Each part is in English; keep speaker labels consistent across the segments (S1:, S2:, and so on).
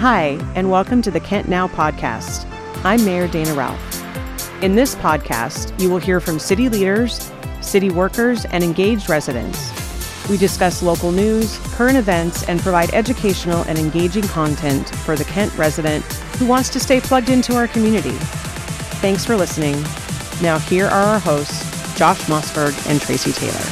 S1: Hi, and welcome to the Kent Now podcast. I'm Mayor Dana Ralph. In this podcast, you will hear from city leaders, city workers, and engaged residents. We discuss local news, current events, and provide educational and engaging content for the Kent resident who wants to stay plugged into our community. Thanks for listening. Now, here are our hosts, Josh Mossberg and Tracy Taylor.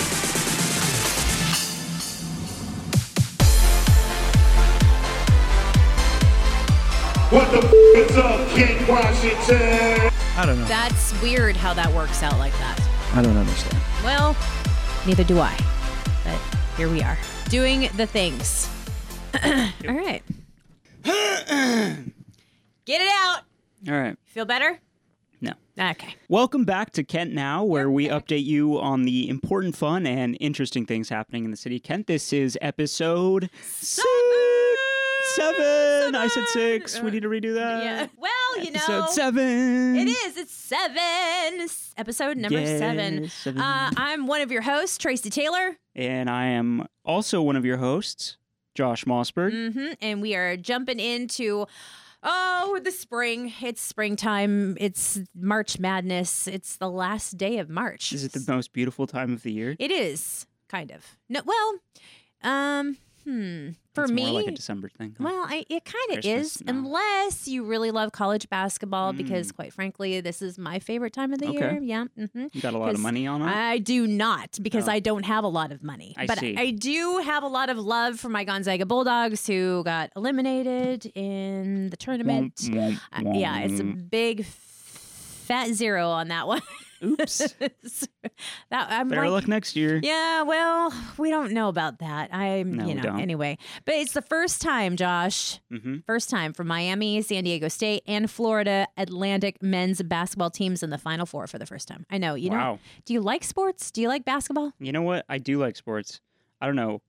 S2: What the f- is up, Kent Washington?
S3: I don't know.
S4: That's weird how that works out like that.
S3: I don't understand.
S4: Well, neither do I. But here we are doing the things. All right. Get it out.
S3: All right.
S4: Feel better? Ah,
S3: No.
S4: Okay.
S3: Welcome back to Kent Now, where we update you on the important fun and interesting things happening in the city of Kent. This is episode six, seven. I said six. We need to redo that.
S4: Uh, Yeah. Well, you
S3: Uh, episode
S4: know.
S3: seven.
S4: It is. It's seven. It's episode number
S3: Yes,
S4: seven.
S3: seven.
S4: Uh, I'm one of your hosts, Tracy Taylor.
S3: And I am also one of your hosts, Josh Mossberg.
S4: hmm And we are jumping into oh the spring. It's springtime. It's March Madness. It's the last day of March.
S3: Is it the most beautiful time of the year?
S4: It is kind of no. Well, um, hmm. For
S3: it's
S4: me,
S3: more like a December thing. huh?
S4: well, I, it kind of
S3: Christmas,
S4: is,
S3: no. Hmm.
S4: unless you really love college basketball, because quite frankly, this is my favorite time of the
S3: Okay.
S4: year. Yeah. hmm
S3: you got a lot of
S4: 'cause
S3: money on it.
S4: I do not because
S3: Oh.
S4: I don't have a lot of money.
S3: I
S4: but
S3: see.
S4: I do have a lot of love for my Gonzaga Bulldogs who got eliminated in the tournament.
S3: Womp,
S4: Uh,
S3: womp,
S4: yeah, it's a
S3: womp.
S4: big f- fat zero on that one.
S3: Oops.
S4: that I'm
S3: Better
S4: like,
S3: luck next year.
S4: yeah, well, we don't know about that. I'm,
S3: No,
S4: you
S3: we
S4: know,
S3: don't.
S4: anyway. But it's the first time, Josh,
S3: Mm-hmm.
S4: first time for Miami, San Diego State, and Florida Atlantic men's basketball teams in the Final Four for the first time. I know. You know,
S3: Wow.
S4: do you like sports? Do you like basketball?
S3: You know what? I do like sports. I don't know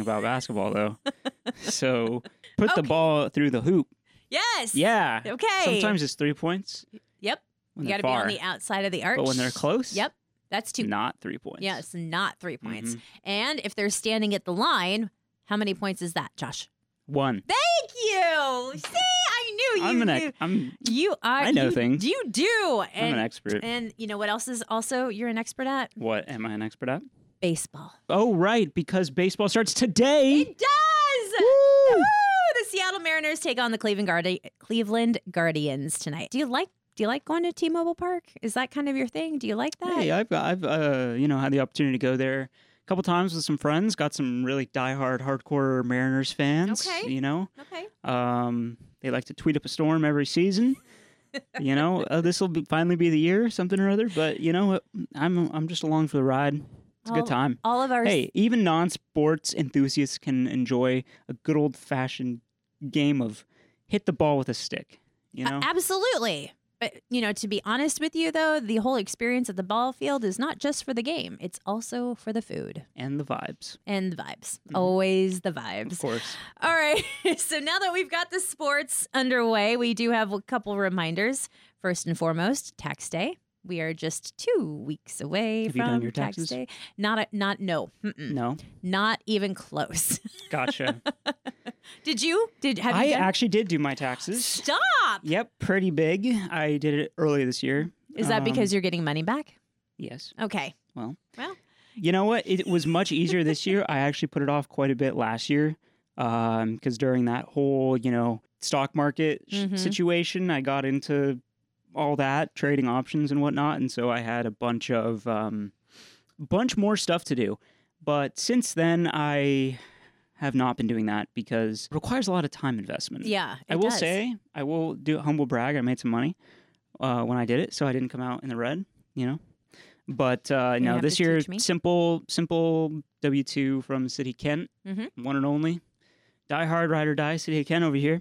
S3: about basketball though. So put the
S4: Okay.
S3: ball through the hoop.
S4: Yes.
S3: Yeah.
S4: Okay.
S3: Sometimes it's three points.
S4: Yep.
S3: When
S4: you
S3: they're
S4: got to be on
S3: far.
S4: the outside of the arch.
S3: But when they're close,
S4: Yep. That's two.
S3: not three points. Mm-hmm.
S4: yeah, it's not three points. And if they're standing at the line, how many points is that, Josh?
S3: One.
S4: Thank you. See, I knew you
S3: I'm an
S4: knew.
S3: ex- I'm
S4: You are.
S3: I know
S4: you-
S3: things.
S4: You do.
S3: I'm
S4: And,
S3: an expert.
S4: And you know what else is also you're an expert at?
S3: What am I an expert at?
S4: Baseball.
S3: Oh right, because baseball starts today.
S4: It does. Woo! The Seattle Mariners take on the Cleveland Guardi- Cleveland Guardians tonight. Do you like? Do you like going to T-Mobile Park? Is that kind of your thing? Do you like that?
S3: Hey, I've I've uh, you know had the opportunity to go there a couple times with some friends. Got some really diehard hardcore Mariners fans.
S4: Okay.
S3: You know.
S4: Okay.
S3: Um, they like to tweet up a storm every season. you know, uh, this will be, finally be the year, something or other. But you know, what? I'm I'm just along for the ride. It's a
S4: All-
S3: good time.
S4: All of our
S3: Hey, even non-sports enthusiasts can enjoy a good old-fashioned game of hit the ball with a stick. You
S4: A-
S3: know,
S4: absolutely. But you know, to be honest with you though, the whole experience at the ball field is not just for the game. It's also for the food
S3: and the vibes,
S4: and the vibes.
S3: Mm-hmm.
S4: Always the vibes.
S3: of course.
S4: All right. So now that we've got the sports underway, we do have a couple reminders. First and foremost, tax day. We are just two weeks away
S3: Have you
S4: from
S3: done your
S4: tax
S3: taxes?
S4: day. Not a, not no, Mm-mm.
S3: No,
S4: not even close.
S3: gotcha.
S4: did you? Did have
S3: I
S4: you? done-
S3: actually did do my taxes.
S4: Stop.
S3: Yep, pretty big. I did it earlier this year.
S4: Is
S3: Um,
S4: that because you're getting money back?
S3: Yes.
S4: Okay.
S3: Well,
S4: Well.
S3: you know what? It was much easier this year. I actually put it off quite a bit last year because during that whole, you know, stock market sh-
S4: Mhm.
S3: situation, I got into all that trading options and whatnot, and so I had a bunch of um, bunch more stuff to do. But since then, I have not been doing that because it requires a lot of time investment.
S4: Yeah.
S3: I
S4: it
S3: will
S4: does.
S3: say, I will do humble brag. I made some money uh, when I did it, so I didn't come out in the red, you know. But uh,
S4: You're gonna
S3: no,
S4: have
S3: this
S4: to
S3: year,
S4: teach me.
S3: simple, simple W two from City Kent,
S4: Mhm.
S3: one and only, die hard, ride or die, City of Kent over here,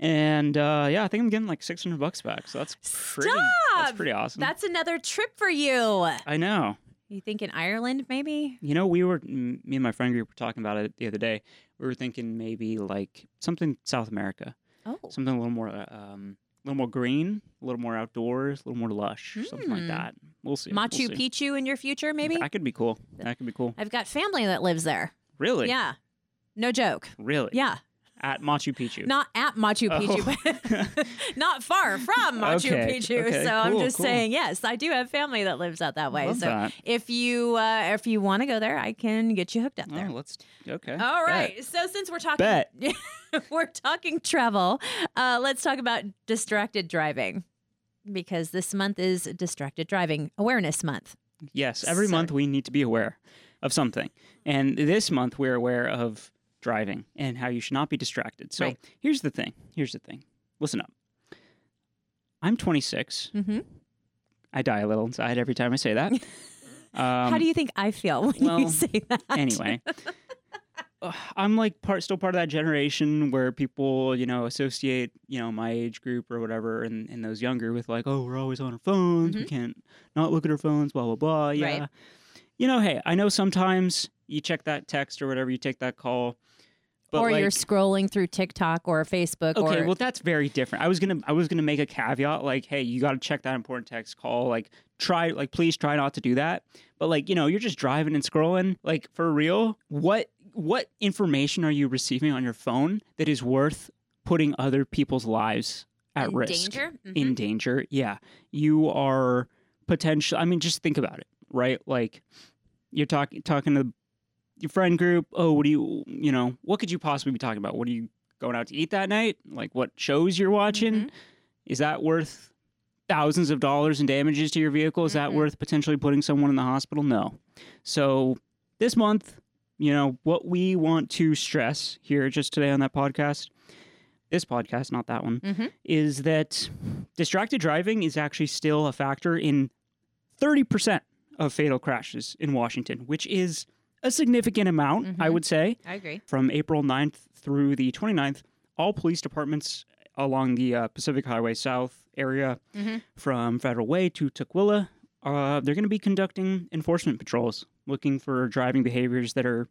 S3: and uh, yeah, I think I'm getting like 600 bucks back, so that's pretty. That's
S4: Stop!
S3: pretty awesome.
S4: That's another trip for you.
S3: I know.
S4: You think in Ireland, maybe?
S3: You know, we were m- me and my friend group were talking about it the other day. We were thinking maybe like something South America.
S4: Oh.
S3: something a little more uh, um, a little more green, a little more outdoors, a little more lush, something like
S4: Mm.
S3: that. We'll see. we'll
S4: Machu
S3: see.
S4: Picchu in your future, maybe?
S3: That could be cool. That could be cool.
S4: I've got family that lives there.
S3: Really?
S4: Yeah. No joke.
S3: Really?
S4: Yeah.
S3: at Machu Picchu.
S4: Not at Machu Picchu, but not far from Machu
S3: Okay,
S4: Picchu.
S3: okay,
S4: so I'm
S3: cool,
S4: just
S3: cool.
S4: saying, yes, I do have family that lives out that way.
S3: Love
S4: so
S3: that.
S4: if you uh, if you want to go there, I can get you hooked up
S3: Oh,
S4: there.
S3: let's okay.
S4: All
S3: Oh, Bet.
S4: right. So since we're talking,
S3: Bet.
S4: we're talking travel. Uh, let's talk about distracted driving because this month is Distracted Driving Awareness Month.
S3: Yes, every
S4: Sorry.
S3: month we need to be aware of something. And this month we're aware of driving and how you should not be distracted. So
S4: Right.
S3: here's the thing. Here's the thing. Listen up. I'm 26.
S4: hmm
S3: I die a little inside every time I say that. Um,
S4: How do you think I feel when you
S3: well,
S4: say that?
S3: anyway? Ugh, I'm like part still part of that generation where people, you know, associate, you know, my age group or whatever and, and those younger with like, oh, we're always on our phones. We can't not look at our phones, blah, blah, blah. Yeah.
S4: Mm-hmm. Right.
S3: You know, hey, I know sometimes you check that text or whatever, you take that call. But
S4: or
S3: like,
S4: you're scrolling through TikTok or Facebook
S3: Okay,
S4: or
S3: well that's very different. I was gonna I was gonna make a caveat like, hey, you gotta check that important text call. Like try like please try not to do that. But like, you know, you're just driving and scrolling. Like for real, what what information are you receiving on your phone that is worth putting other people's lives at
S4: In
S3: risk?
S4: danger? Mhm.
S3: In danger, yeah. You are potential I mean, just think about it, right? Like you're talking talking to your friend group, oh, what do you you know, what could you possibly be talking about? What are you going out to eat that night? Like what shows you're watching?
S4: Mhm.
S3: Is that worth thousands of dollars in damages to your vehicle? Is that worth potentially putting someone in the hospital? No. So this month, you know, what we want to stress here just today on that podcast, this podcast, not that one,
S4: Mhm.
S3: is that distracted driving is actually still a factor in 30% of fatal crashes in Washington, which is a significant amount, I would say
S4: I agree.
S3: from April 9th through the 29th, all police departments along the uh, Pacific Highway South area
S4: Mm-hmm.
S3: from Federal Way to Tukwila, uh, they're going to be conducting enforcement patrols looking for driving behaviors that are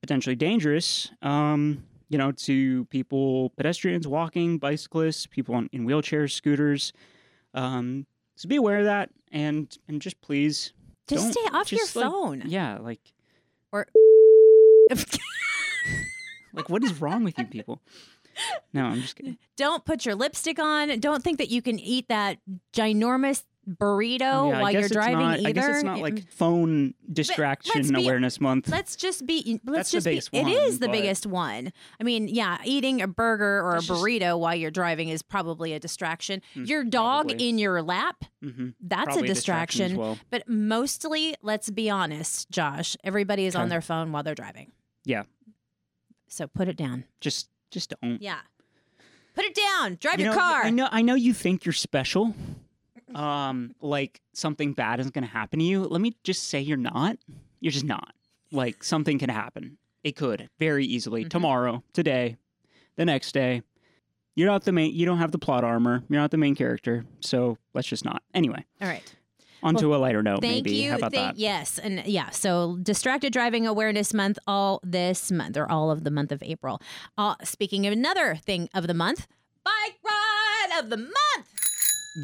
S3: potentially dangerous, um, you know, to people, pedestrians, walking, bicyclists, people on, in wheelchairs, scooters. Um, so be aware of that and, and just please
S4: Just
S3: don't-
S4: stay off
S3: just,
S4: your
S3: like-
S4: phone.
S3: Yeah, like
S4: Or
S3: like what is wrong with you people? No, I'm just kidding.
S4: don't put your lipstick on. Don't think that you can eat that ginormous burrito
S3: Yeah,
S4: while you're
S3: it's
S4: driving
S3: not,
S4: either.
S3: I guess it's not like phone distraction
S4: be-
S3: awareness month.
S4: Let's just be. Let's
S3: That's the
S4: just be.
S3: biggest
S4: It
S3: one,
S4: is the
S3: but-
S4: biggest one. I mean, yeah, eating a burger or a
S3: It's just-
S4: burrito while you're driving is probably a distraction.
S3: Mm,
S4: Your dog
S3: probably.
S4: in your lap,
S3: mm-hmm.
S4: that's
S3: Probably
S4: a distraction.
S3: as well.
S4: But mostly, let's be honest, Josh, everybody is on
S3: Okay.
S4: their phone while they're driving.
S3: Yeah.
S4: So put it down.
S3: Just just don't.
S4: Yeah. Put it down. Drive
S3: You
S4: your
S3: know,
S4: car.
S3: I know I know you think you're special. Um like something bad isn't going to happen to you. Let me just say you're not. You're just not. Like something can happen. It could very easily
S4: Mhm.
S3: tomorrow, today, the next day. You're not the main you don't have the plot armor. You're not the main character. So let's just not. Anyway,
S4: All right.
S3: onto a lighter note
S4: Thank
S3: maybe.
S4: you.
S3: How about
S4: Thank-
S3: that?
S4: Yes. And yeah. So distracted driving awareness month all this month or all of the month of April. Uh, speaking of another thing of the month, bike ride of the month.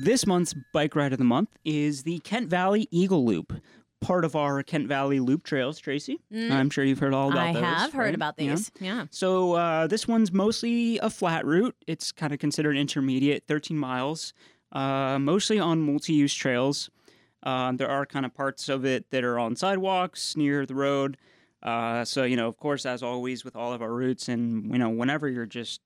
S3: This month's bike ride of the month is the Kent Valley Eagle Loop, part of our Kent Valley Loop Trails, Tracy. I'm sure you've heard all about
S4: Mm. I
S3: those.
S4: have heard
S3: right?
S4: about
S3: Yeah.
S4: these. Yeah.
S3: So uh, this one's mostly a flat route. It's kind of considered intermediate, 13 miles, uh, mostly on multi-use trails. Um, there are kind of parts of it that are on sidewalks near the road. Uh, so you know, of course, as always with all of our routes, and you know, whenever you're just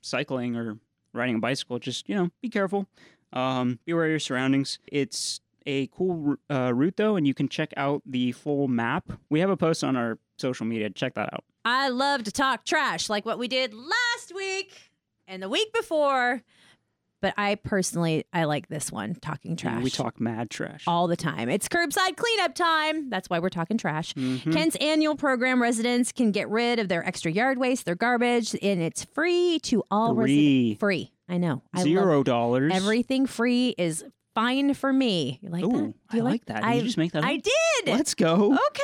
S3: cycling or riding a bicycle, just you know, be careful. Um, be aware of your surroundings. It's a cool uh, route though, and you can check out the full map. We have a post on our social media. Check that out.
S4: I love to talk trash like what we did last week and the week before. But I personally, I like this one talking
S3: Yeah,
S4: trash.
S3: We talk mad trash.
S4: all the time. It's curbside cleanup time. That's why we're talking trash.
S3: Mhm.
S4: Kent's annual program residents can get rid of their extra yard waste, their garbage, and it's free to all residents.
S3: Three
S4: Free. I know. I love-
S3: zero dollars.
S4: everything free is fine for me. You like
S3: Ooh,
S4: that? Do
S3: I
S4: you
S3: like, that. Did
S4: I,
S3: you just make that.
S4: I
S3: up?
S4: did. Oh,
S3: Let's go.
S4: Okay.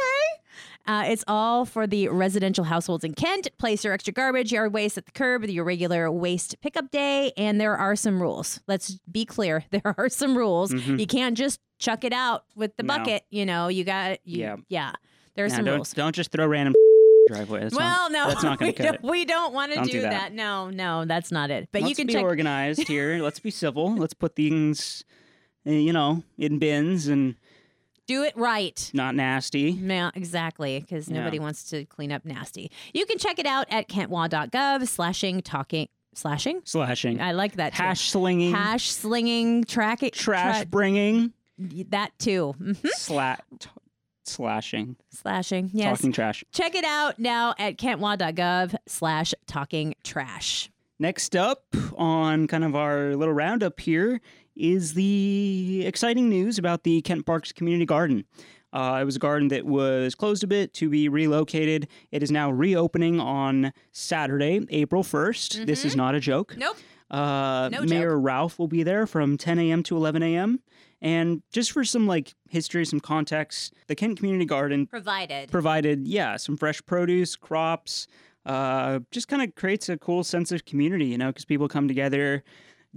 S4: Uh, it's all for the residential households in Kent. Place your extra garbage, yard waste at the curb, your regular waste pickup day, and there are some rules. Let's be clear: there are some rules.
S3: Mhm.
S4: You can't just chuck it out with the
S3: No.
S4: bucket. You know, you got you, yeah,
S3: Yeah.
S4: There are
S3: Now,
S4: some
S3: don't
S4: rules.
S3: don't just throw random driveway. That's
S4: well,
S3: not,
S4: no,
S3: that's not going
S4: we,
S3: to cut
S4: don't,
S3: it.
S4: we don't want to
S3: Don't
S4: do,
S3: do
S4: that.
S3: that.
S4: No, no, that's not it. But
S3: Let's
S4: you can
S3: be
S4: check.
S3: organized here. Let's be civil. Let's put things, eh, you know, in bins and
S4: Do it right.
S3: not nasty.
S4: No, exactly, because
S3: Yeah.
S4: nobody wants to clean up nasty. You can check it out at kentwa.gov slashing talking slashing.
S3: Slashing,
S4: I like that. too.
S3: hash slinging,
S4: hash slinging, track it,
S3: trash bringing,
S4: that too. Mhm.
S3: slat, t- slashing,
S4: slashing, yes.
S3: talking trash.
S4: Check it out now at kentwa.gov slash talking trash.
S3: Next up on kind of our little roundup here is the exciting news about the Kent Parks Community Garden. Uh, it was a garden that was closed a bit to be relocated. It is now reopening on Saturday, April 1st. This is not a joke.
S4: Mm-hmm. Nope.
S3: Uh,
S4: No
S3: Mayor Ralph will be there from 10 a.m. to 11 a.m. And just for some like history, some context, the Kent Community Garden
S4: Provided.
S3: provided yeah some fresh produce crops uh, just kind of creates a cool sense of community you know because people come together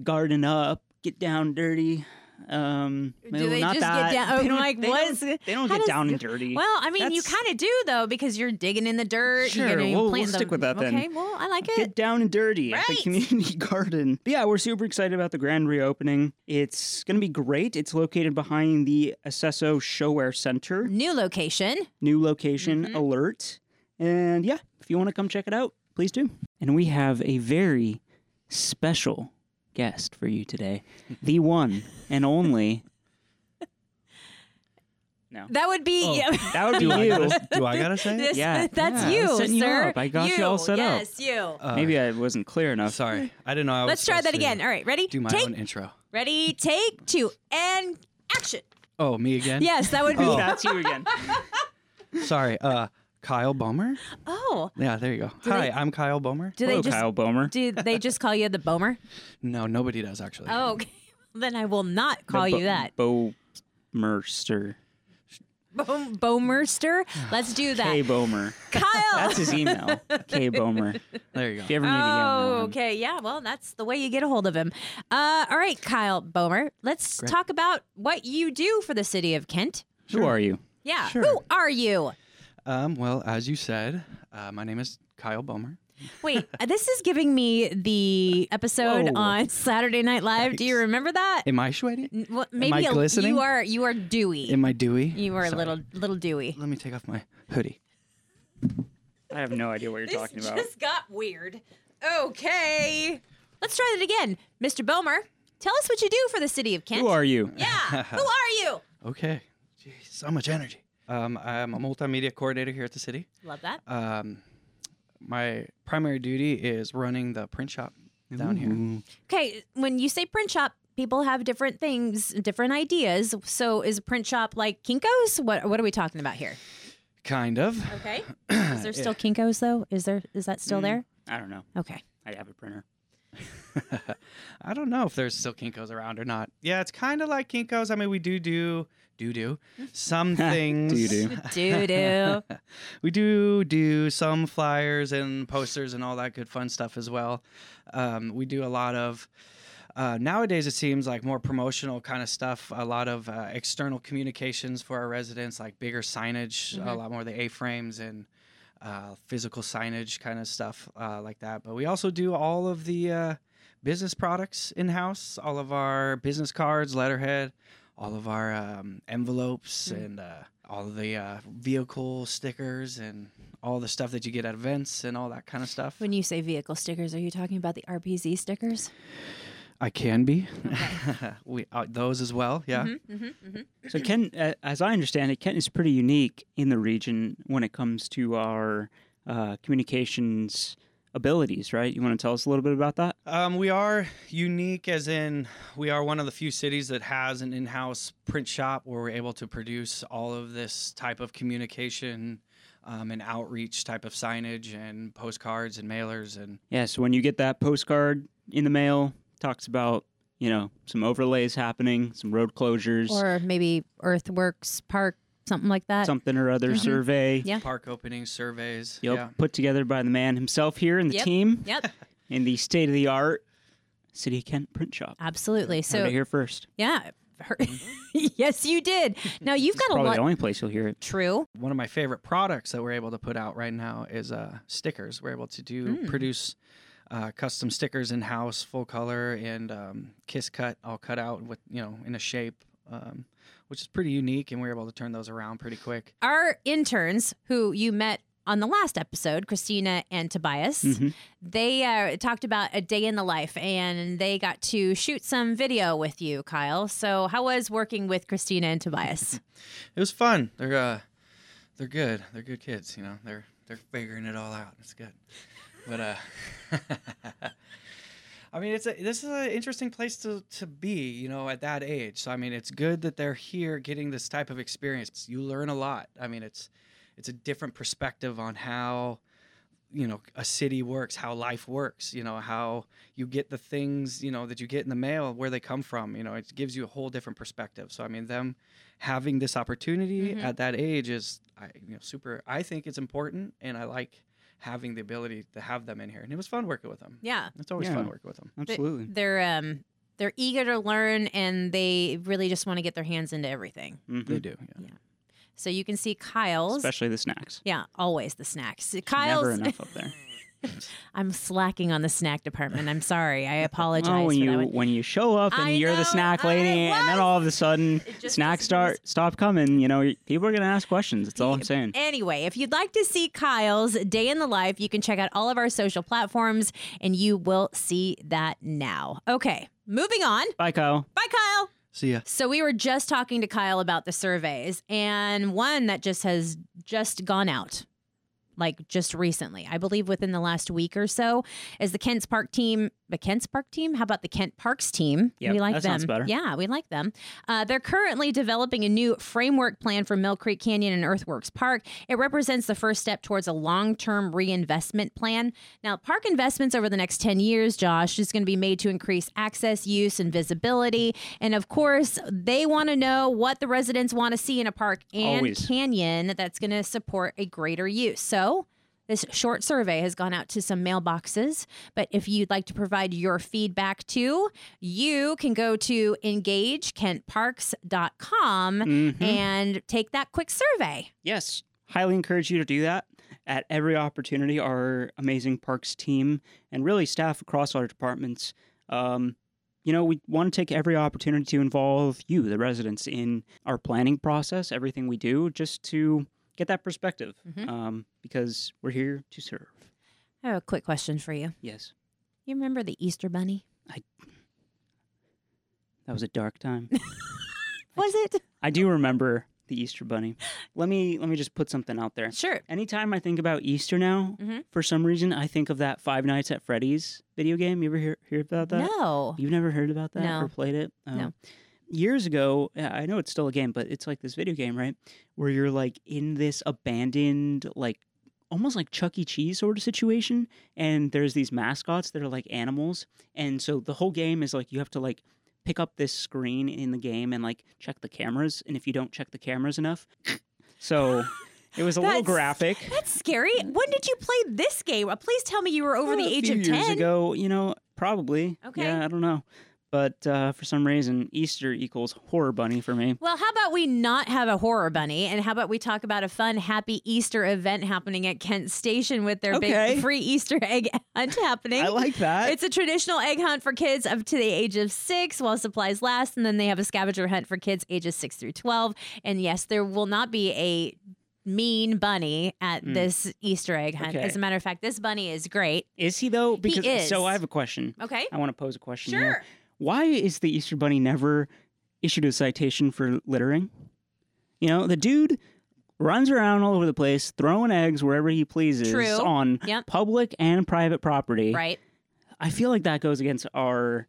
S3: garden up get down dirty um
S4: Do they
S3: not
S4: just
S3: that.
S4: get down?
S3: they
S4: I'm
S3: don't,
S4: like,
S3: they
S4: what
S3: don't-
S4: is
S3: they
S4: it?
S3: don't
S4: How
S3: get
S4: does-
S3: down and dirty
S4: Well, I mean, you
S3: That's-
S4: kind of do though, because you're digging in the dirt. you
S3: Sure,
S4: know, you
S3: we'll-
S4: plant
S3: we'll
S4: the-
S3: stick with that then.
S4: Okay, well, I like
S3: Get
S4: it.
S3: down and dirty at the
S4: Right.
S3: community garden. But yeah, we're super excited about the grand reopening. It's going to be great. It's located behind the Assesso Showwear Center.
S4: New location.
S3: new location
S4: Mm-hmm.
S3: alert. And yeah, if you want to come check it out, please do. And we have a very special guest for you today the one and only. No.
S4: That would be.
S5: Oh.
S4: yeah.
S3: That would be
S5: do, I
S3: you.
S5: gotta, do I gotta say? it?
S4: This-
S3: Yeah,
S4: that's
S3: yeah, I
S4: you,
S3: was setting you
S4: sir.
S3: up. I got you all set up.
S4: Yes, you.
S5: Uh,
S3: Maybe I wasn't clear enough.
S5: Sorry, I didn't know. I was
S4: Let's try
S5: supposed
S4: that
S5: to
S4: again. All right, ready?
S5: Do my
S4: take,
S5: own intro.
S4: ready, take two, and action.
S5: Oh, me again?
S4: Yes, that would be.
S5: Oh.
S3: That's you again.
S5: Sorry, uh, Kyle Bomer.
S4: Oh,
S5: Yeah, there you go. Hi, I'm Kyle Bomer.
S4: do
S3: Hello,
S4: they just
S3: Kyle Bomer.
S4: do they just call you the Bomer?
S5: No, nobody does actually.
S4: Oh, okay. then I will not call you that.
S3: Bo Mercer.
S4: Boom, Bomerster. Let's do that.
S3: K Bomer.
S4: Kyle.
S3: That's his email. K Bomer.
S5: There you
S3: If you ever
S5: go.
S3: need
S4: Oh,
S3: to get
S4: okay. Yeah. Well, that's the way you get a hold of him. Uh, all right, Kyle Bomer. Let's talk about what you do for the city of Kent.
S3: Who are you?
S4: Yeah.
S5: Sure.
S4: Who are you?
S5: Um, well, as you said, uh, my name is Kyle Bomer.
S4: Wait, uh, this is giving me the episode
S3: Whoa.
S4: on Saturday Night Live. Do you
S5: Yikes.
S4: remember that?
S5: Am I sweaty?
S4: N- well, maybe
S5: I
S4: a-
S5: glistening?
S4: you are. You are dewy.
S5: Am I dewy?
S4: you are a
S5: Sorry.
S4: little little dewy.
S5: Let me take off my hoodie.
S3: I have no idea what you're talking about.
S4: got weird. Okay. Let's try that again, Mr. Bomer. Tell us what you do for the city of Kent.
S3: Who are you?
S4: Yeah. Who are you?
S5: Okay. Jeez, so much energy. Um, I'm a multimedia coordinator here at the city.
S4: Love that.
S5: Um, my primary duty is running the print shop down here.
S4: Okay, when you say print shop, people have different things, different ideas. So is a print shop like Kinkos? What what are we talking about here?
S5: Kind of.
S4: Okay. is there still Kinkos though? Is there is that
S3: Mm.
S4: still there?
S3: I don't know.
S4: Okay.
S3: I have a printer.
S5: I don't know if there's still Kinkos around or not. Yeah, it's kind of like Kinkos. I mean, we do do do do some things.
S3: Do-do.
S4: Doo doo.
S5: We do do some flyers and posters and all that good fun stuff as well. Um, we do a lot of. Uh, nowadays, it seems like more promotional kind of stuff. A lot of uh, external communications for our residents, like bigger signage,
S4: Mm-hmm.
S5: a lot more of the A-frames and uh, physical signage kind of stuff uh, like that. But we also do all of the uh, business products in house, all of our business cards, letterhead, all of our um, envelopes,
S4: Mm-hmm.
S5: and uh, all of the uh, vehicle stickers, and all the stuff that you get at events and all that kind of stuff.
S4: when you say vehicle stickers, are you talking about the RPZ stickers?
S5: I can be. we uh, those as well. Yeah.
S4: Mm-hmm.
S3: So Kent, a- as I understand it, Kent is pretty unique in the region when it comes to our uh, communications abilities, right? You want to tell us a little bit about that?
S5: Um, we are unique, as in we are one of the few cities that has an in-house print shop where we're able to produce all of this type of communication um, and outreach type of signage and postcards and mailers and
S3: Yeah. So when you get that postcard in the mail, talks about you know some overlays happening, some road closures,
S4: Or maybe Earthworks Park, something like that. Mm-hmm.
S3: something or other survey.
S4: Yeah.
S5: park opening surveys.
S3: Yep,
S5: Yeah.
S3: put together by the man himself here and the
S4: Yep.
S3: team
S4: Yep.
S3: in the state of the art City of Kent print shop.
S4: Absolutely.
S3: Heard it
S4: Uh, So
S3: here first.
S4: yeah, heard. yes, you did. Now you've got a
S3: Mm-hmm. Probably
S4: lot.
S3: the only place you'll hear it.
S4: True.
S5: one of my favorite products that we're able to put out right now is uh, stickers. We're able to do produce uh, custom stickers in house, full color, and um, kiss cut, all cut out with you know in a shape, um, which is pretty unique. And we're able to turn those around pretty quick.
S4: Our interns, who you met on the last episode, Christina and Tobias,
S3: Mm-hmm.
S4: they uh, talked about a day in the life, and they got to shoot some video with you, Kyle. So, how was working with Christina and Tobias?
S5: It was fun. They're uh, they're good. They're good kids. You know, they're they're figuring it all out. It's good. But uh, I mean, it's a this is an interesting place to to be. You know, at that age. So I mean, it's good that they're here, getting this type of experience. You learn a lot. I mean, it's it's a different perspective on how you know a city works how life works you know how you get the things you know that you get in the mail where they come from you know it gives you a whole different perspective so i mean them having this opportunity at that age is i you know super i think it's important and i like having the ability to have them in here and it was fun working with them
S4: yeah.
S5: it's always
S3: Yeah.
S5: fun working with them
S4: They-
S3: Absolutely.
S4: They're um they're eager to learn and they really just want to get their hands into everything.
S3: Mhm.
S5: they do yeah.
S4: So you can see Kyle's
S3: Especially the snacks.
S4: Yeah, always the snacks.
S3: Never
S4: Kyle's
S3: enough up there.
S4: I'm slacking on the snack department. I'm sorry. I apologize
S3: Well,
S4: for
S3: when
S4: that
S3: Oh, you
S4: one.
S3: when you show up and
S4: I
S3: you're
S4: know,
S3: the snack
S4: I
S3: lady, and
S4: was.
S3: then all of a sudden
S4: just
S3: snacks
S4: is-
S3: start stop coming. You know, people are gonna ask questions. That's all I'm saying.
S4: Anyway, if you'd like to see Kyle's day in the life, you can check out all of our social platforms and you will see that now. Okay, moving on.
S3: Bye, Kyle.
S4: Bye, Kyle.
S5: see ya
S4: So we were just talking to Kyle about the surveys, and one that just has just gone out, like just recently, I believe within the last week or so, is the Kent's Park team. The Kent's Park team? How about the Kent Parks team?
S3: Yep,
S4: we like
S3: that
S4: them.
S3: sounds better.
S4: Yeah, we like them. Uh, they're currently developing a new framework plan for Mill Creek Canyon and Earthworks Park. It represents the first step towards a long term reinvestment plan. Now, park investments over the next 10 years, Josh, is going to be made to increase access, use, and visibility. And of course, they want to know what the residents want to see in a park and
S3: Always.
S4: canyon that's going to support a greater use. So, this short survey has gone out to some mailboxes, but if you'd like to provide your feedback too, you can go to engagekentparks.com and take that quick survey.
S3: Yes, Mm-hmm. highly encourage you to do that. At every opportunity, our amazing parks team and really staff across our departments, um, you know, we want to take every opportunity to involve you, the residents, in our planning process, everything we do, just to get that perspective
S4: Mm-hmm.
S3: um, because we're here to serve.
S4: I have a quick question for you.
S3: Yes,
S4: You remember the Easter Bunny?
S3: that was a dark time.
S4: Was it?
S3: I do remember the Easter Bunny. Let me let me just put something out there.
S4: Sure.
S3: Anytime I think about Easter now,
S4: Mhm.
S3: for some reason I think of that Five Nights at Freddy's video game. You ever hear, hear about that?
S4: No.
S3: You've never heard about that
S4: No.
S3: or played it? Oh.
S4: No.
S3: Years ago, I know it's still a game, but it's like this video game, right? Where you're like in this abandoned, like almost like Chuck E. Cheese sort of situation, and there's these mascots that are like animals, and so the whole game is like you have to like pick up this screen in the game and like check the cameras, and if you don't check the cameras enough, so it was a little
S4: That's-
S3: graphic.
S4: That's scary. When did you play this game? Uh, Please tell me you were over
S3: Uh,
S4: the
S3: a
S4: age
S3: few
S4: of
S3: years
S4: 10.
S3: ago, you know, probably.
S4: Okay.
S3: Yeah, I don't know. But uh, for some reason, Easter equals horror bunny for me.
S4: Well, how about we not have a horror bunny and how about we talk about a fun, happy Easter event happening at Kent Station with their
S3: Okay.
S4: big free Easter egg hunt happening?
S3: I like that.
S4: It's a traditional egg hunt for kids up to the age of six while supplies last, and then they have a scavenger hunt for kids ages six through 12. And yes, there will not be a mean bunny at this Easter egg hunt.
S3: Hmm. Okay.
S4: As a matter of fact, this bunny is great.
S3: is he though? Because so
S4: is.
S3: I have a question.
S4: Okay.
S3: I want to pose a question.
S4: Sure.
S3: Here. Why is the Easter bunny never issued a citation for littering? You know, the dude runs around all over the place throwing eggs wherever he pleases
S4: True.
S3: on
S4: Yep.
S3: public and private property.
S4: Right.
S3: I feel like that goes against our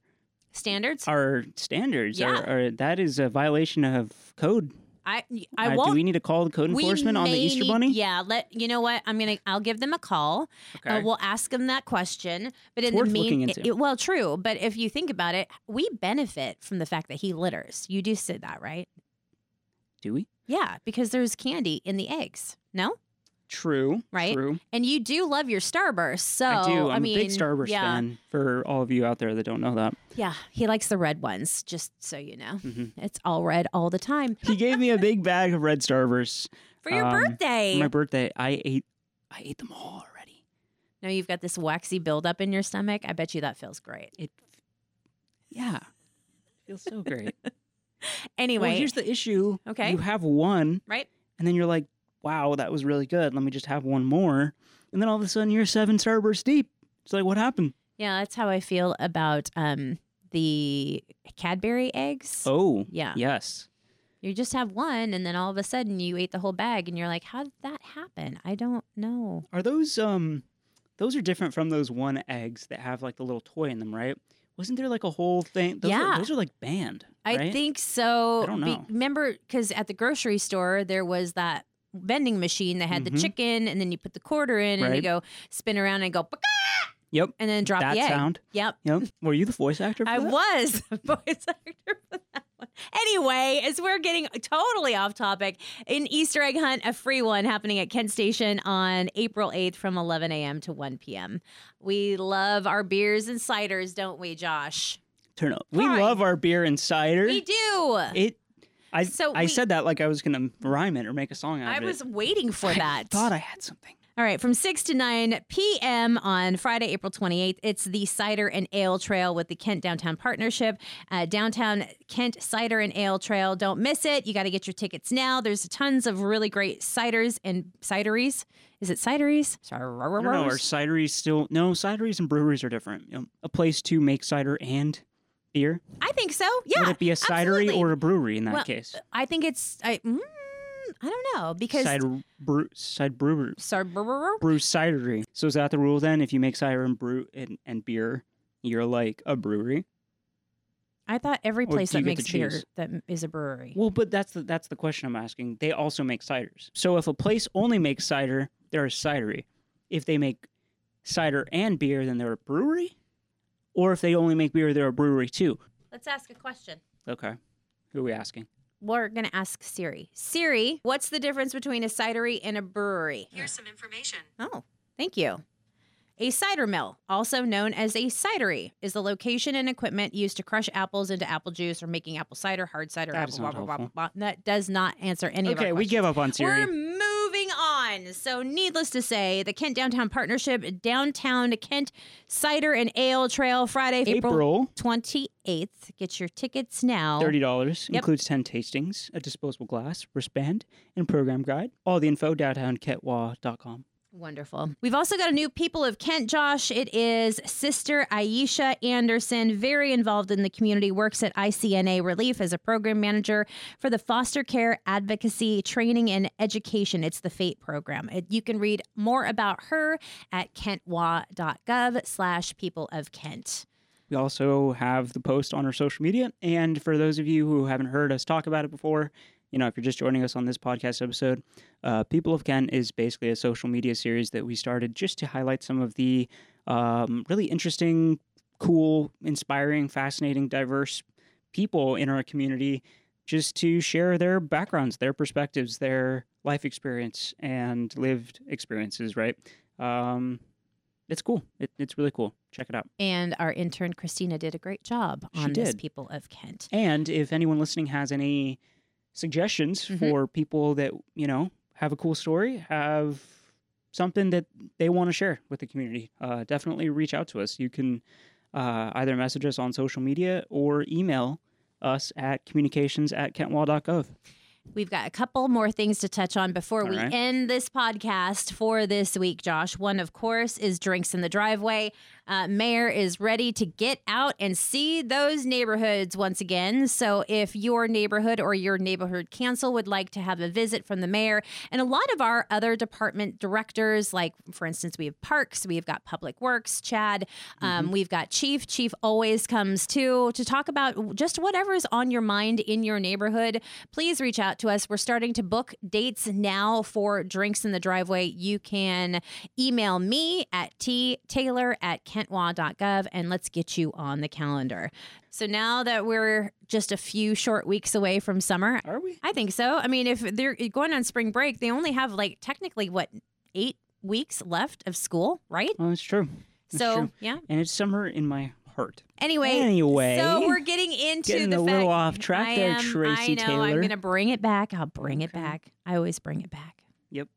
S4: Standards?
S3: our standards.
S4: Yeah.
S3: Our, our, that is a violation of code.
S4: I, I
S3: Uh,
S4: won't
S3: Do we need to call the code
S4: We
S3: enforcement on the
S4: may
S3: Easter
S4: need-
S3: Bunny?
S4: Yeah, let you know what I'm gonna. I'll give them a call. Uh,
S3: Okay.
S4: we'll ask them that question. But in
S3: worth
S4: the mean,
S3: looking
S4: it-
S3: into.
S4: it- well, true. But if you think about it, we benefit from the fact that he litters. You do say that, right?
S3: Do we?
S4: Yeah, because there's candy in the eggs. No,
S3: True.
S4: Right?
S3: True.
S4: And you do love your Starburst. So
S3: I do. I'm
S4: mean,
S3: a big Starburst
S4: yeah,
S3: fan for all of you out there that don't know that.
S4: Yeah. He likes the red ones, just so you know.
S3: Mhm.
S4: It's all red all the time.
S3: He gave me a big bag of red Starbursts
S4: For your
S3: Um,
S4: birthday.
S3: for my birthday. I ate I ate them all already.
S4: now you've got this waxy buildup in your stomach. I bet you that feels great.
S3: It Yeah. Feels so great.
S4: Anyway,
S3: Well, here's the issue.
S4: Okay.
S3: You have one
S4: right?
S3: and then you're like, wow, that was really good. Let me just have one more. And then all of a sudden you're seven starbursts deep. It's like, what happened?
S4: Yeah, that's how I feel about um the Cadbury eggs.
S3: Oh,
S4: Yeah.
S3: Yes.
S4: You just have one and then all of a sudden you ate the whole bag and you're like, how did that happen? I don't know.
S3: Are those, um, those are different from those one eggs that have like the little toy in them, right? Wasn't there like a whole thing? Those
S4: Yeah.
S3: Are, those are like banned.
S4: I
S3: right?
S4: think so.
S3: I don't know.
S4: remember, because at the grocery store, there was that vending machine that had the
S3: Mhm.
S4: chicken, and then you put the quarter in and you
S3: Right.
S4: go spin around and go, "Paka,"
S3: Yep.
S4: and then drop
S3: that
S4: the egg.
S3: sound.
S4: Yep.
S3: Yep. Were you the voice actor? For
S4: I
S3: that?
S4: was a voice actor for that one. Anyway, as we're getting totally off topic, an Easter egg hunt, a free one happening at Kent Station on April 8th from 11 a.m. to 1 p.m. We love our beers and ciders, don't we, Josh?
S3: Turn up. We
S4: Fine.
S3: love our beer and cider.
S4: We do.
S3: It. I.
S4: So
S3: I
S4: we-
S3: said that like I was gonna rhyme it or make a song out
S4: I
S3: of it.
S4: was waiting for that.
S3: Thought I had something.
S4: All right, from 6 to 9 p.m. on Friday, April 28th, it's the Cider and Ale Trail with the Kent Downtown Partnership. Uh, downtown Kent Cider and Ale Trail. Don't miss it. You got to get your tickets now. There's tons of really great ciders and cideries. Is it cideries? Sorry.
S3: I don't know. Are cideries still? No, cideries and breweries are different. You know, a place to make cider and beer.
S4: I think so. Yeah.
S3: Would it be a cidery
S4: absolutely.
S3: or a brewery in that
S4: Well,
S3: case?
S4: I think it's, I, mm, I don't know, because.
S3: Cider brew, side brewer,
S4: Sorry, brr, brr, brr.
S3: brew cidery. So is that the rule then? If you make cider and brew and, and beer, you're like a brewery.
S4: I thought every
S3: Or
S4: place
S3: do
S4: that
S3: you get to
S4: makes beer
S3: choose?
S4: that is a brewery.
S3: Well, but that's the that's the question I'm asking. They also make ciders. So if a place only makes cider, they're a cidery. If they make cider and beer, then they're a brewery. Or if they only make beer, they're a brewery too.
S4: Let's ask a question.
S3: Okay, who are we asking?
S4: we're going to ask Siri. Siri, what's the difference between a cidery and a brewery?
S6: Here's some information.
S4: Oh, thank you. A cider mill, also known as a cidery, is the location and equipment used to crush apples into apple juice or making apple cider, hard cider,
S3: That is
S4: apple,
S3: not
S4: blah, blah, blah,
S3: helpful.
S4: blah, blah. That does not answer any of our
S3: Okay, we
S4: questions.
S3: give up on Siri.
S4: We're moving on. So, needless to say, the Kent Downtown Partnership, Downtown Kent Cider and Ale Trail, Friday, April,
S3: April,
S4: 28th. Get your tickets now.
S3: thirty dollars
S4: Yep.
S3: includes ten tastings, a disposable glass, wristband, and program guide. All the info downtownketwa.com.
S4: Wonderful. We've also got a new People of Kent, Josh. It is Sister Aisha Anderson, very involved in the community, works at ICNA Relief as a program manager for the Foster Care Advocacy Training and Education. It's the FATE program. It- you can read more about her at kentwa.gov slash people of Kent.
S3: We also have the post on our social media. And for those of you who haven't heard us talk about it before, you know, if you're just joining us on this podcast episode, uh, People of Kent is basically a social media series that we started just to highlight some of the um, really interesting, cool, inspiring, fascinating, diverse people in our community, just to share their backgrounds, their perspectives, their life experience, and lived experiences, right? Um, it's cool. It, it's really cool. Check it out.
S4: And our intern, Christina, did a great job
S3: She
S4: on this
S3: did.
S4: People of Kent.
S3: And if anyone listening has any suggestions
S4: Mhm.
S3: for people that, you know, have a cool story, have something that they want to share with the community, uh, definitely reach out to us. You can uh, either message us on social media or email us at communications at kentwall.gov.
S4: We've got a couple more things to touch on before
S3: All
S4: we
S3: right.
S4: end this podcast for this week, Josh. One, of course, is drinks in the driveway. Uh, Mayor is ready to get out and see those neighborhoods once again. So, if your neighborhood or your neighborhood council would like to have a visit from the mayor and a lot of our other department directors, like for instance, we have Parks, we've got Public Works, Chad, um, we've got Chief. Chief always comes too to talk about just whatever is on your mind in your neighborhood please reach out to us. We're starting to book dates now for drinks in the driveway. You can email me at taylor at kentwa.gov and let's get you on the calendar. So now that we're just a few short weeks away from summer,
S3: Are we?
S4: I think so. I mean, if they're going on spring break, they only have like technically what eight weeks left of school, right?
S3: Well, that's true. That's
S4: so
S3: true.
S4: yeah.
S3: and it's somewhere in my heart.
S4: Anyway,
S3: Anyway,
S4: so we're getting into
S3: getting
S4: the
S3: a
S4: fact
S3: little off track
S4: I
S3: there,
S4: am-
S3: Tracy
S4: I know. I'm
S3: Taylor.
S4: going to bring it back. I'll bring it
S3: Okay.
S4: back. I always bring it back.
S3: Yep.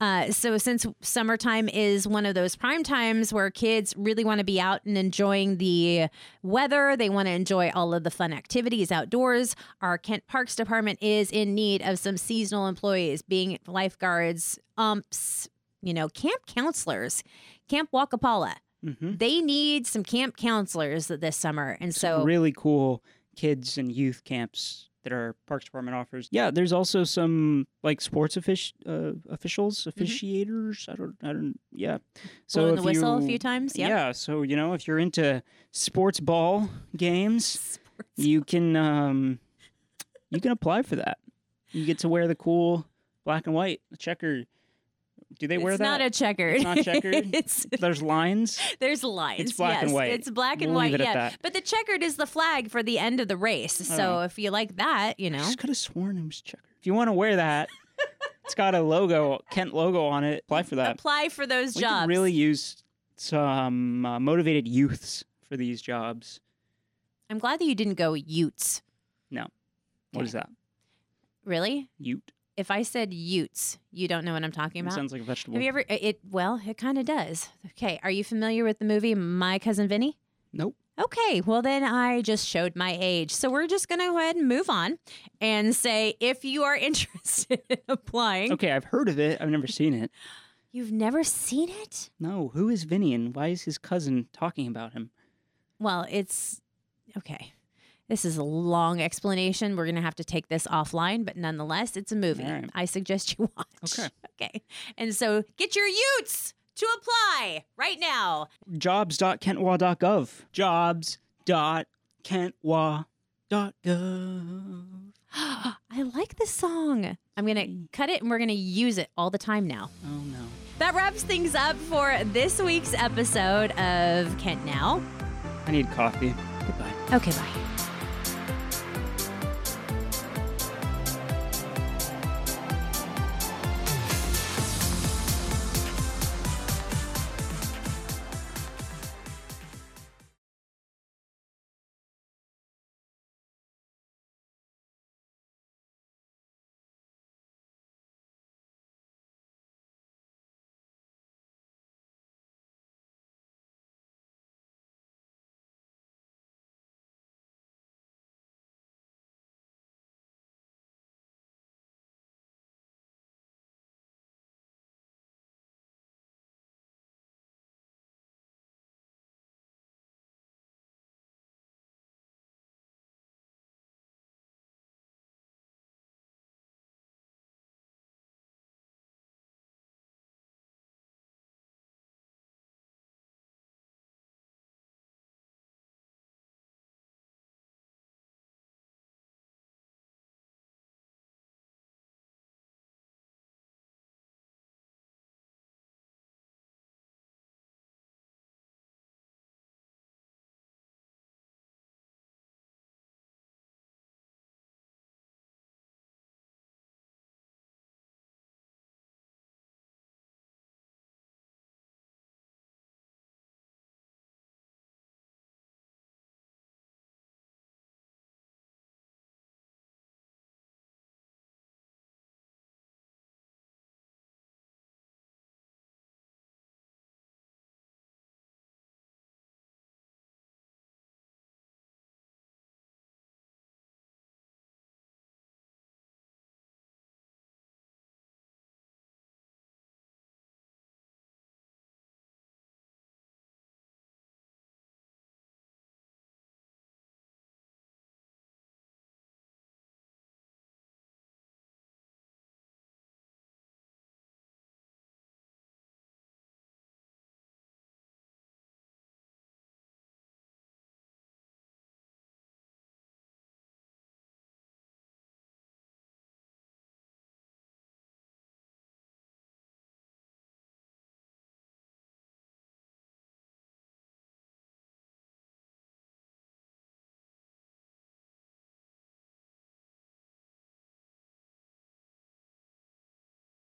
S4: Uh, so since summertime is one of those prime times where kids really want to be out and enjoying the weather, they want to enjoy all of the fun activities outdoors. Our Kent Parks Department is in need of some seasonal employees, being lifeguards, umps, you know, camp counselors, Camp Wakapala.
S3: Mm-hmm.
S4: They need some camp counselors this summer, and so
S3: really cool kids and youth camps that our Parks Department offers. Yeah, there's also some like sports offic- uh, officials, officiators. I don't, I don't. Yeah.
S4: Mm-hmm. blowing the
S3: if
S4: whistle a
S3: you-
S4: few times. Yep.
S3: Yeah. So you know, if you're into sports ball games,
S4: Sports.
S3: you can um, you can apply for that. You get to wear the cool black and white checker. Do they wear
S4: it's
S3: that?
S4: not a checkered.
S3: It's not checkered?
S4: It's-
S3: There's lines.
S4: there's lines.
S3: It's black
S4: yes.
S3: and white.
S4: It's black and
S3: We'll
S4: white.
S3: leave it at
S4: yeah.
S3: that.
S4: But the checkered is the flag for the end of the race. So
S3: Oh.
S4: if you like that, you know.
S3: I just could have sworn it was checker. If you want to wear that, it's got a logo, Kent logo on it. Apply for that.
S4: Apply for those
S3: we
S4: jobs.
S3: could really use some uh, motivated youths for these jobs.
S4: I'm glad that you didn't go Utes.
S3: What is that?
S4: Really?
S3: Ute.
S4: If I said Utes, you don't know what I'm talking
S3: It
S4: about.
S3: sounds like a vegetable.
S4: Have you ever? It well, it kind of does. Okay. Are you familiar with the movie My Cousin Vinny?
S3: Nope.
S4: Okay, well, then I just showed my age. So we're just going to go ahead and move on and say if you are interested in applying.
S3: Okay, I've heard of it. I've never seen it.
S4: You've never seen it?
S3: No, who is Vinny and why is his cousin talking about him?
S4: Well, it's okay. This is a long explanation. We're going to have to take this offline, but nonetheless, it's a movie.
S3: All right.
S4: I suggest you watch.
S3: Okay.
S4: Okay. And so get your utes to apply right now.
S3: Jobs.kentwa.gov. Jobs.kentwa.gov.
S4: I like this song. I'm going to cut it and we're going to use it all the time now.
S3: Oh no.
S4: That wraps things up for this week's episode of Kent Now.
S3: I need coffee. Goodbye.
S4: Okay, bye.